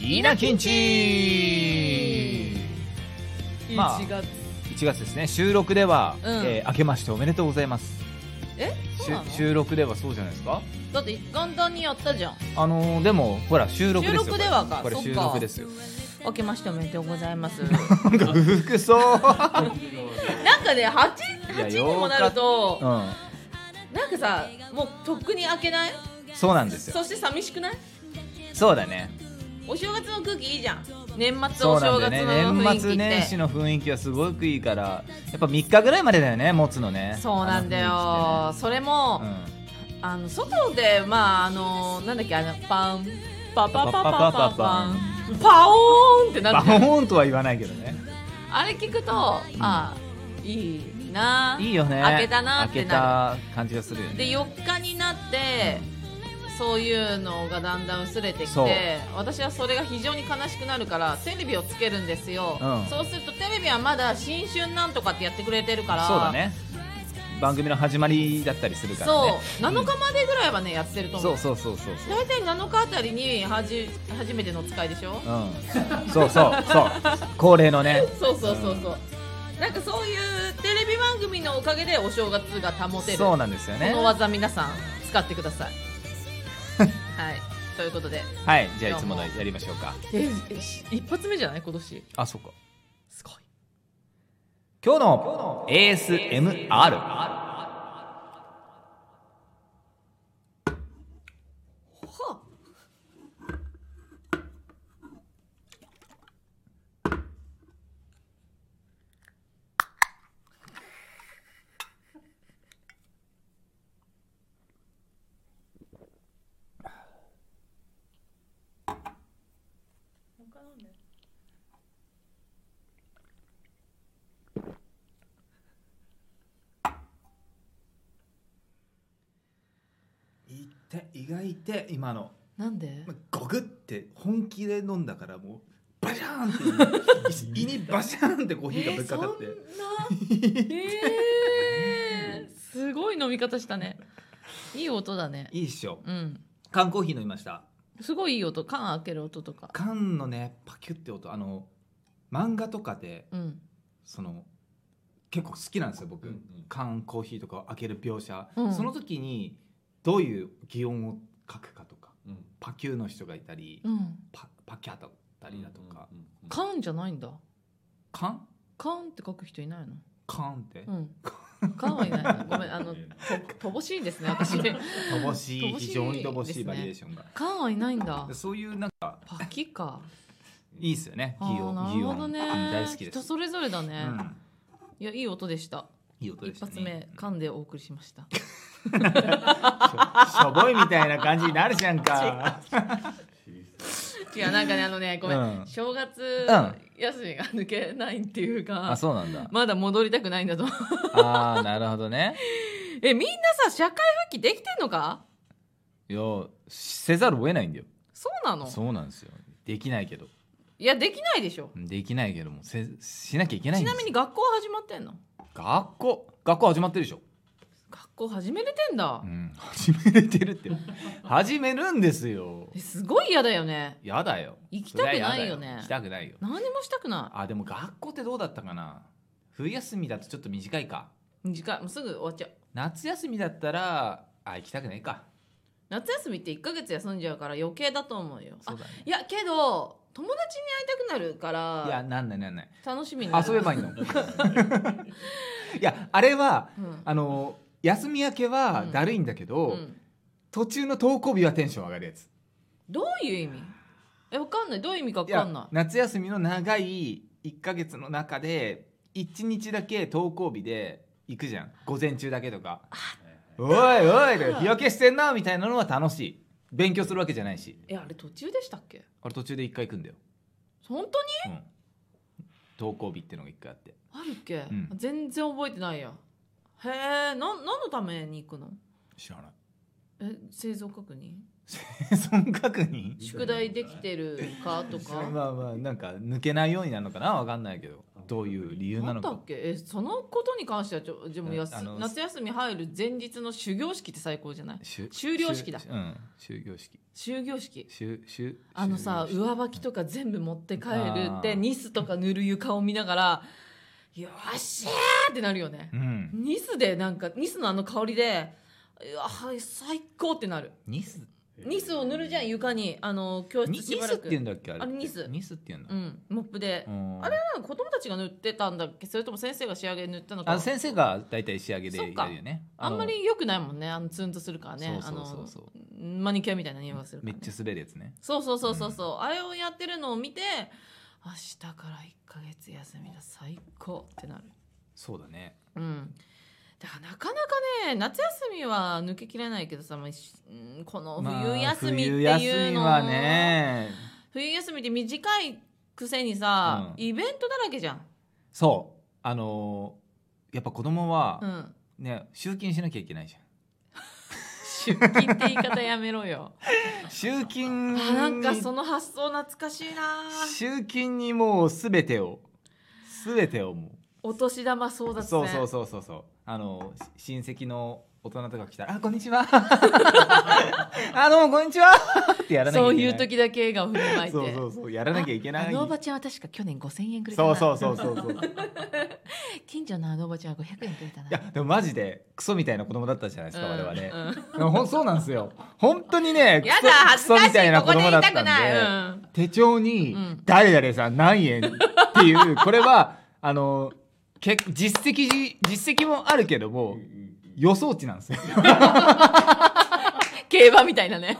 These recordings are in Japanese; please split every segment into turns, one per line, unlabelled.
稲なきんちまあ
1月
1月ですね収録では、
うん
えー明けましておめでとうございます
えそうなの
しゅ収録ではそうじゃないですか
だって元旦にやったじゃん
あのーでもほら収録ですよ
収録ではか
これこれ
そっ
収
か
録ですよ
明けましておめでとうございます
なんか不服 そう、
なんかね 8,
いや
8にもなると
うん、
なんかさもうとっくに明けない
そうなんですよ
そして寂しくない
そうだね
お正月の空気いいじゃん年末
そ
お
うな
正
んだよ
月
ね
の雰囲
年
気っ
末
て、
年始の雰囲気はすごくいいからやっぱ3日ぐらいまでだよね持つのね
そうなんだよ、
あ
それも、
の雰囲気ってね
あの外でまああのなんだっけあのパンパパパパパパパンパオーンって
うん
な
バ
るじゃん
ホーンとは言わないけどね
あれ聞くとああいいなあ
いいよね
開けたなっ
開け
てな
た感じがするよ
る
ね
で4日になってそういうのがだんだん薄れてき
そう
て私はそれが非常に悲しくなるからテレビをつけるんですよ、
うん
そうするとテレビはまだ「新春なんとか」ってやってくれてるから
そうだね番組の始まりだったりするからね
そう7日までぐらいはねやってると思
そううそうそうそうそう
大体7日あたりにはじ初めての使いでしょ
うん、そうそうそう恒例のね
そうそうそうそう、なんかそういうテレビ番組のおかげでお正月が保てる
そうなんですよね
この技皆さん使ってくださ いはいということで
はいじゃあいつものやりましょうか
ええし一発目じゃない今年
あそうか
すごい
今日の ASMR いって意外って今の
なんで
ゴグって本気で飲んだからもうバシャーンって 胃にバシャーンってコーヒーがぶっかかって、
えー、そんなえー、すごい飲み方したねいい音だね
いいっしょ
うん
缶コーヒー飲みました
すごいいい音缶開ける音とか
缶のねパキュって音あの漫画とかで
うん
その結構好きなんですよ僕、缶コーヒーとかを開ける描写、
うん
その時にどういう擬音を書くかとか
うん
パキューの人がいたり、
うん
パパキャだったりだとか、
うんうんうん
缶じゃないんだ
缶
缶って書く人いないの
缶って
うん缶はいないなごめんあのと乏しいんですね私
乏しい
乏しい
非常に乏
です
し
ね
いバリエーションが、
缶はいないんだ
でそういうなんか
パキか
いいですよね擬
あーな
音
る
擬
ほど
音、
ね
うん大好きで
人
す、
それぞれだ
う
ね、
ん、
いやいい音でした
いい音で
一
したね
発目噛んでお送りしま した
しょしょぼいみたいな感じになるじゃんか
違うなんかねあのねごめん、
うん
正月
う
休みが抜けないっていうか、
あそうなん だ
まだ戻りたくないんだと
ああなるほどね
えみんなさ社会復帰できてんのか
いやせざるを得ないんだよ
そうなの
そうなんですよできないけど
いやできないでしょ
できないけどもせしなきゃいけないん
ち
ですよ
なみに学校始まってんの
学校学校始まってるでしょ、
学校始めれてんだ
う、ん、始めれてるって始めるんですよ
えすごい嫌だよね
やだよ
行きたくない
そりゃや
よね
だ行きたくないよ
何もしたくな
あでも学校ってどうだったかな冬休みだとちょっと短いか
い短いもうすぐ終わっちゃう
夏休みだったらあ行きたくないか
夏休みって1ヶ月休んじゃうから余計だと思うよあ
そうだね
いやけど友達に会いたくなるか
いや
ら
なんないなんない
楽しみになる
遊べばいい のいやあれは
うん
あの休み明けはだるいんだけど、
うん
途中の登校日はテンション上がるやつ
どういう意味えわかんないどういう意味かわ
い
か
や
んない
夏休みの長い1ヶ月の中で1日だけ登校日で行くじゃん午前中だけとか「おいおい日焼けしてんな」みたいなのは楽しい勉強するわけじゃないし
えあれ途中でしたっけ
俺途中で1回行くんだよ、
本当に
うん、登校日ってのが1回あって
あるっけ、
ん
全然覚えてないやへえ何のために行くの
知らない
え生存確認
損確認
宿題できてるかと
まあ
か
まあなんか抜けないようになるのかなわかんないけど
あの
どういう理由
な
なんの
だ
か
っけえそのことに関してはちょでもやす
あの
夏休み入る前日の終業式って最高じゃない
しゅ
終了式だ
しゅうん終業式
終業式
しゅしゅ
あのさ
終業式
上履きとか全部持って帰るっ
あー
てニスとか塗る床を見ながら「よっしゃー!」ってなるよね
う、ん
ニスでなんかニスのあの香りで「いやはい最高!」ってなる
ニス
ニスを塗るじゃん床にあの教
ニニ
室 しば
ス
ら
っ
く
て言うんだっけあれ
あれニス
ニスって言うんだ
うんモップで、
うん
あれは子供たちが塗ってたんだっけそれとも先生が仕上げ塗ったのか
あ先生が大体仕上げでや
そっ
る
か
よね
あんま
の
り良くないもんねあのツンとするからね
そうそうそうそう
あのマニキュアみたいな匂いがするか
め
ら、
っ
ね、
ちゃ滑るやつね
そうそうそうそうそう、あれをやってるのを見て明日から1ヶ月休みだ最高ってなる
そうだね
うんだからなかなかね夏休みは抜けきれないけどさ、まあしうんこの冬休みって
まあ
い
冬休
う
み
の、
はね
冬休みって短いくせにさ、
うん
イベントだらけじゃん、
そうあのーやっぱ子供は
うん、
ね集金しなきゃいけないじ
出勤って言い方やめろ よ
ゃん集金
あなんかその発想懐かしいな
集金にもう全てを全てをも
お年玉争奪
う
戦
そうそうそうそうそうあのし親戚の大人とか来たら「あこんにちは」 「あどうもこんにちは」ってやらなきゃいけない
そういう時だけ笑顔振りまいて
そうそうそうやらなきゃいけない
ああのおばちゃんは確か去年5000円くれた
そ
な
うそうそうそうそう
近所のあのおばちゃんは500円くれたない
やでもマジでクソみたいな子供だったじゃないですか、
うん
我々、
うん
ほんそうなんですよ本当にね
や
ク
だ
ソクソ
恥ずかしい
みたいな子供だったんで
ここで言いたくないうん
手帳に
うん
「誰々さん何円」っていうこれはあのけ実績じ実績もあるけども予想値なんですよ
競馬みたいなね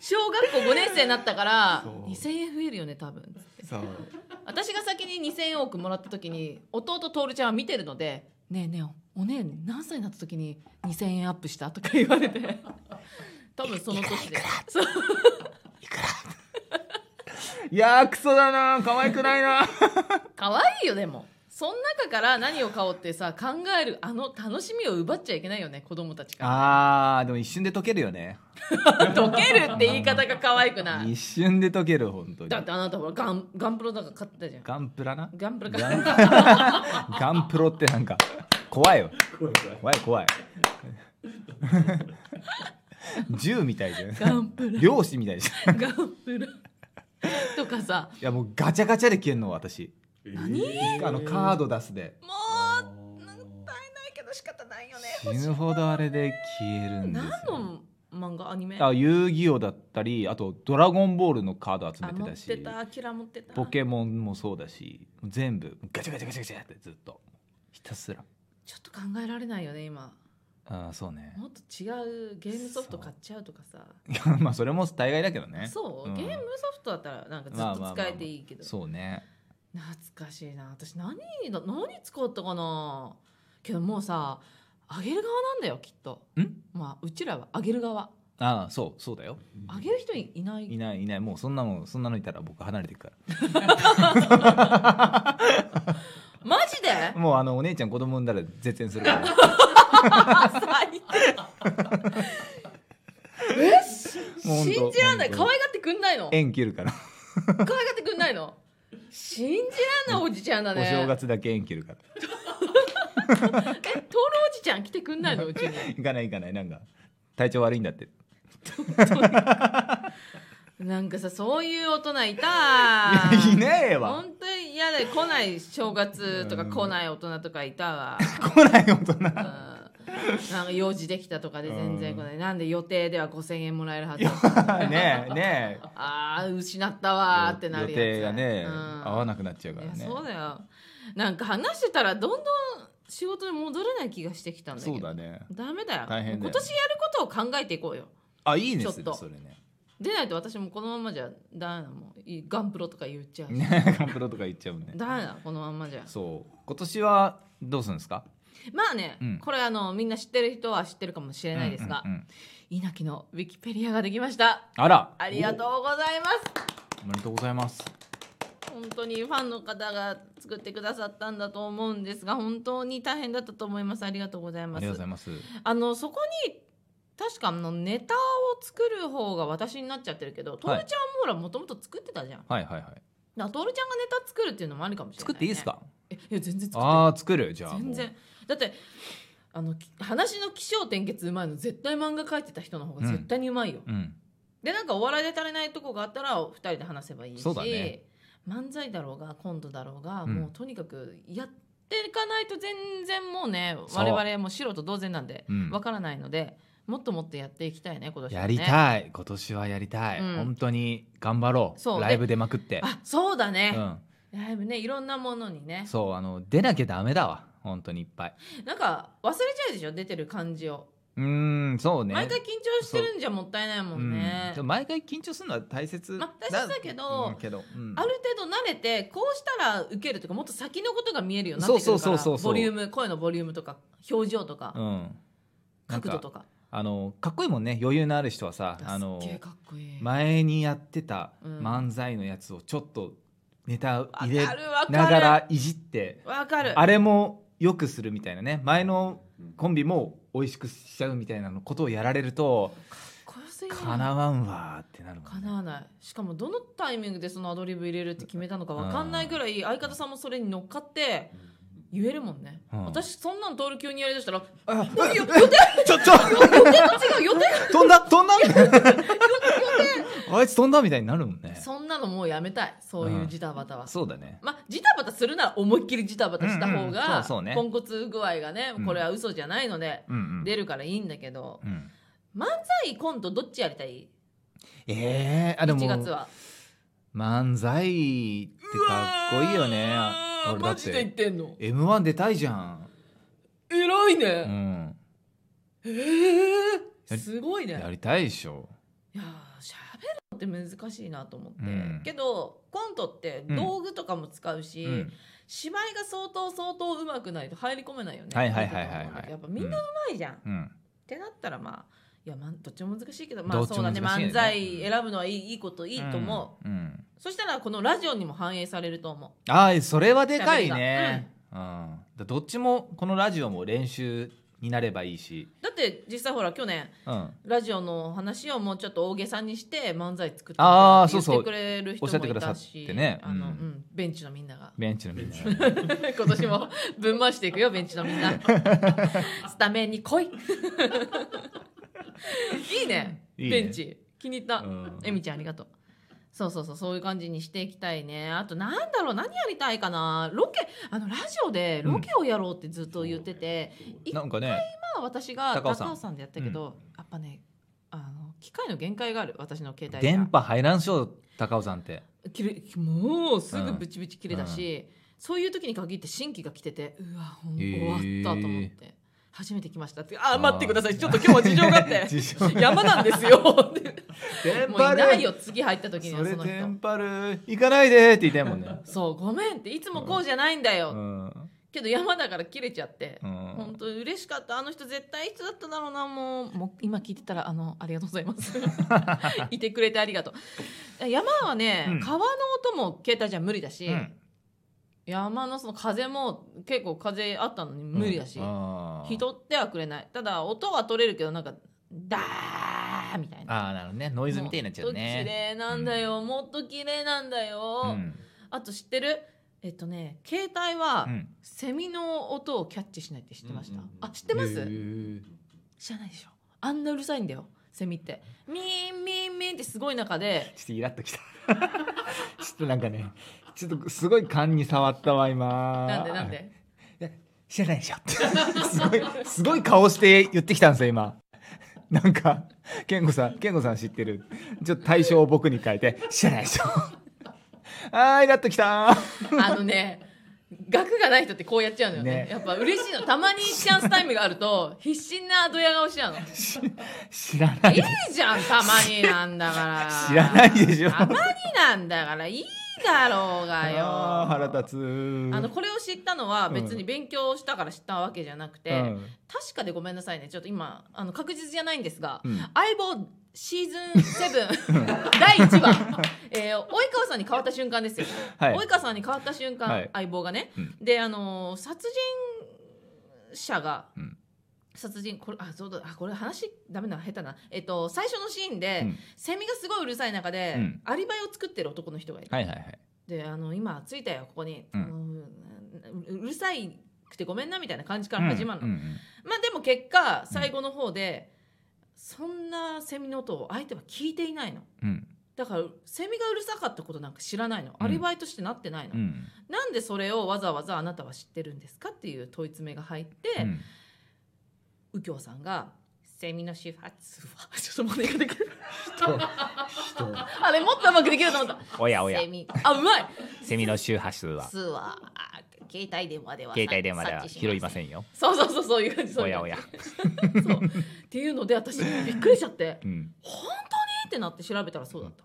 小学校5年生になったから
そう
2000円増えるよね多分
そう
私が先に2000円多くもらった時に弟徹ちゃんは見てるので「ねえねえおお姉何歳になった時に2000円アップした?」とか言われて多分その年でそう
いやークソだなー可愛くないなー
可愛いよでもその中から何を買おうってさ考えるあの楽しみを奪っちゃいけないよね子供たちか
あーでも一瞬で溶けるよね
ら溶けるって言い方が可愛くない
一瞬で溶ける本当に
だってあなたほらガンガンプロなんか買ってたじゃん
ガンプラな
ガンプロ
ガ
買
ン
ってた
ガンプロってなんか怖いよ怖い怖い銃みたいじゃん
ガンプ
漁師みたいじゃん
ラガンプラとかさ
いやもうガチャガチャで消えんの私
何
あのカード出すで
もうなんか耐えないけど仕方ないよね
死ぬほどあれで消えるんです
何
よ
の漫画アニメ
あ遊戯王だったりあと「ドラゴンボール」のカード集
あ
めて
持
た
っ
して
たアキラ持ってた
ポケモンもそうだし全部ガチャガチャガチャガチャってずっとひたすら
ちょっと考えられないよね今
あーそうね
もっと違うゲームソフト買っちゃうとかさ
まあそれも大概だけどね
そう、
ん
ゲームソフトだったらなんかずっと使えていいけど、
そうね
懐かしいな私何だ何使ったかなけどもうさあげる側なんだよきっと
ん
まあうちらはあげる側
ああそうそうだよ
あげる人いない
いないいないもうそんなもんそんなのいたら僕離れていくか
マ ジで
らもうあのお姉ちゃん子供産んだら絶縁するから
最低えし
もうほんと
信じらんない
ほん
可
と
愛がってくんないの可愛
縁切るから
がってくんないの信じらんないおじちゃんだね
お正月だけ縁切るから
え灯籠おじちゃん来てくんないのうちに
行かない行かないなんか体調悪いんだって
なんかさそういう大人いた
いやいねえわ
本当に嫌で来ない正月とか
うん
来ない大人とかいたわ
来ない大人
うんなんか用事できたとかで全然来ないなんで予定では5000円もらえるはず
ねえ ねえ
ああ失ったわーってなるや
予
つ
定がね、
うん
合わなくなっちゃうから
い
ね
やそうだよなんか話してたらどんどん仕事に戻れない気がしてきたんだけど
そうだね
ダメだよ
大変だよ
今年やることを考えていこうよ
あいいです
ちょっ
ね
と
それね
でないと私もこのままじゃダメなもんいいガンプロとか言っちゃうし
ねカンプロとか言っちゃう ね
ダメだこのまんまじゃ
そう今年はどうするんですか
まあね、
うん
これあのみんな知ってる人は知ってるかもしれないですが、
うんうんうん
稲城のウィキペディアができました
あら
ありがとうございます
おおめでとうございます
本当にファンの方が作ってくださったんだと思うんですが本当に大変だったと思いますありがとうござい
あ
ま
りがとうご
す
ざいます
あのそこに確かあのネタを作る方が私になっちゃってるけど、徹ちゃんもほらもともと作ってたじゃん
はいはいはい
なトールちゃんがネタ作るっていうのもあるかもしれない、ね、
作っていいですか
えいや全然作って
ああ作るじゃあもう
全然だってあのき話の起承転結うまいの絶対漫画書いてた人の方が絶対にうまいよ、
うん
でなんかお笑いで足りないとこがあったら2人で話せばいいし、
そうだね
漫才だろうがコントだろうが、
うん
もうとにかくやっていかないと全然もうね
そう
我々も素人同然なんで
うん
わからないので、もっともっとやっていきたいね今年はね
やりたい今年はやりたい、
うん
本当に頑張ろ
そうう
ライブ出まくって
あそうだ
う
ね、
ん
ライブねいろんなものにね
そうあの出なきゃダメだわ本当にいっぱい
なんか忘れちゃうでしょ出てる感じを、
うーんそうね
毎回緊張してるんじゃもったいないもん
うん
ね
でも、毎回緊張するのは大切
まあ大切だけど
うんけどうん
ある程度慣れてこうしたら受けるとかもっと先のことが見えるようになってくるから
そうそうそうそうそう
ボリューム声のボリュームとか表情とか、
うんなん
角
か
度とか
あのかっこいいもんね余裕のある人はさあ
あ
の
すっげえかっこいい、
前にやってた
うん
漫才のやつをちょっとネタ
わか
入れ
るわ
なが
から
いじって
るわかる
あれもよくするみたいなね前のコンビも美味しくしちゃうみたいなのことをやられると
こよすぎる
かなわんわーってなるもんね
かなわないしかもどのタイミングでそのアドリブ入れるって決めたのかわかんないぐらい相方さんもそれに乗っかって言えるもんね、
うん
私そんなん通る急にやりだしたら「
あ
何よ予定
ちょち
予
ょ
定 と違う予定
飛んだ飛んだみたいなあいつ飛んだみたいになるもんね
そんなのもうやめたいそういうジタバタは、
そうだね
まあジタバタするなら思いっきりジタバタした方
うんうんそう
が
そうね
ポンコツ具合がね
うん
これは嘘じゃないので
うんうん
出るからいいんだけど
うん
漫才コントどっちやりたい
えー、あでも
?1 月は
漫才ってかっこいいよね
うわー
俺だ
マ
っ
ジで言っててんの
m 1出たいじゃん、
偉いうね、
ん、
え
や
え
り
すごいね
やりたいでしょ
いやーしゃべるのって難しいなと思って、
うん
けどコントって道具とかも使うし、
うん
芝居が相当相当上手くないと入り込めないよね
はいはいはいはいはい
やっぱみんな上手いじゃん、っ
うん
てなったらまあいやまあどっちも難しいけどま
ど
あ
っちも
そうだね
難しいよね
漫才選ぶのはいいいいこといいと思う、
うん、うん
そしたらこのラジオにも反映されると思
あーそれはでかいね、うんだどっちもこのラジオも練習になればいいし、
うだって実際ほら去年
うん、
ラジオの話をもうちょっと大げさにして漫才作って
あー
言
そうそう
ってくれる人
おっしゃっ
も
て
い
くださ
た
っ
して
ね
あの、
う
うんんベンチのみんなが
ベンチのみんな
今年もぶん回していくよベンチのみん なスタメンに来いいいね
いいね
ベンチ気に入った、
うん
えみちゃんありがとうそうそうそうそういう感じにしていきたいねあとなんだろう何やりたいかなロケあのラジオでロケをやろうってずっと言ってて、
なんかね
今私が
高尾
高尾
さん
さんでやったけど、やっぱねあの機械の限界がある私の携帯
電
が
波入らんしょ高尾さんって
切れもうすぐブチブチ切れだし、そういう時に限って新規が来ててうわほん
へー
終わったと思って初めて来ましたって「あー待ってくださいちょっと今日は事情があって
事情
山なんで すよ」
電
もういないよ次入った時に
そ
は
れ
その
テン
人。
パる行かないでって言いたいもん ね
そうごめんっていつもこうじゃないんだよ、
うん、
けど山だから切れちゃって、
う
本
ん、
当嬉しかったあの人絶対いい人だっただろうなもうもう今聞いてたらあのありがとうございます いてくれてありがとう山はね、
うん
川の音も携帯じゃ無理だし、
うん
山のその風も結構風あったのに無理だし、
あー
人ってはくれないただ音は取れるけどなんかダーみたいな
あーなるほどねノイズみたいになっちゃう
もっと綺
ね
麗なんだよ、もっと綺麗なんだよ、
うん
あと知ってるえっとね携帯は、
うん
セミの音をキャッチしないって知ってました、
うんうんうん
あ知ってます、
へー
知らないでしょあんなうるさいんだよセミってミーンミーンミーンってすごい中で
ちょっとイラッときた ちょっとなんかねちょっとすごい勘に触ったわ今
なんでなんで
知らないでしょ ってすごいすごい顔して言ってきたんですよ今なんか健吾さん健吾さん知ってるちょっと対象を僕に変えて知らないでしょあーイラッときた
あのね、 額がない人ってこうやっちゃうのよね。
ね
やっぱ嬉しいの。たまにチャンスタイムがあると、必死なドヤ顔しちゃ うの。い
知らない
いじゃん、たまになんだから。
知らないでしょ
たまになんだから、いいだろうがよ。
あー腹立つ
あのこれを知ったのは別に勉強したから知ったわけじゃなくて、
うん
確かでごめんなさいねちょっと今あの確実じゃないんですが、
うん
相棒シーズン7第1話、 えー及川さんに変わった瞬間ですよ、
はい
及川さんに変わった瞬間、
はい
相棒がね、
うん
であのー殺人者が、
うん
殺人これあそうだあこれ話ダメな下手なえっと最初のシーンで、
うん
セミがすごいうるさい中で、
うん
アリバイを作ってる男の人がいる、
はいはいはい
であの今着いたよここに、
うん
もうううるさいくてごめんなみたいな感じから始まるの、
うんうん
まあでも結果最後の方で、そんなセミの音を相手は聞いていないの
うん
だからセミがうるさかったことなんか知らないの、
うん
アリバイとしてなってないの、
うん
なんでそれをわざわざあなたは知ってるんですかっていう問い詰めが入って、
うん
右京さんが「セミの始発は」 ちょっと真似ができる
人
あれもっとうまくできると思った
おやおや
セミあうまい
セミの周波数は
数は携帯電話では
携帯電話では拾いませ
ん
んよ
そうそうそうそういう感じそう
お
いう
やお
感じ
や
そうっていうので私びっくりしちゃって
う ん
本当にってなって調べたらそうだった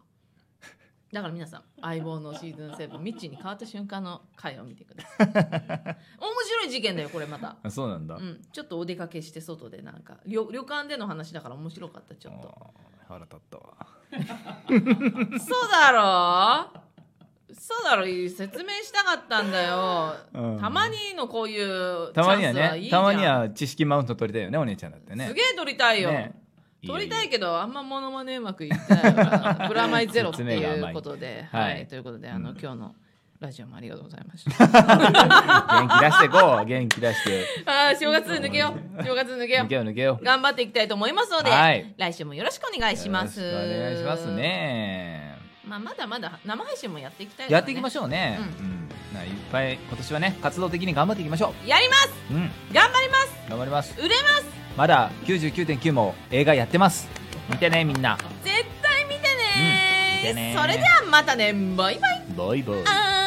だから皆さん「相棒」のシーズン7ミッチーに変わった瞬間の回を見てくだ さい面白い事件だよこれまた、
あそうなんだ
うん、ちょっとお出かけして外でなんか旅旅館での話だから面白かったちょっと
あー腹立ったわ
そうだろそうだろ説明したかったんだよ、
うん
たまにのこういう
たまには
チャンスいい
ね
じゃ
た
ん
まには知識マウント取りたいよねお姉ちゃんだってね
すげえ撮りたいよ、
ね
撮りたい
よ
けどあんまモノマネうまくいってないからプラマイゼロって
説明が
い
甘
う
い
ことで、は
はいい
ということであの、
うん
今日のラジオもありがとうございました。
元気出してこう 元気出して
ああ正月抜けよう正月抜けよ
抜け
う
よう抜けよう
頑張っていきたいと思いますので、
はい
来週もよろしくお願いします。
よろしくお願いします。ね
まあまだまだ生配信もやっていきたいからね、
やっていきましょうね
う
うんないっぱい今年はね活動的に頑張っていきましょ
う。やります
ううん
頑張ります
頑張ります
売れます
まだ99.9も映画やってます見てねみんな
絶対見てね,、
うん見てね
それではまたねバイバイ
バイバイ
あー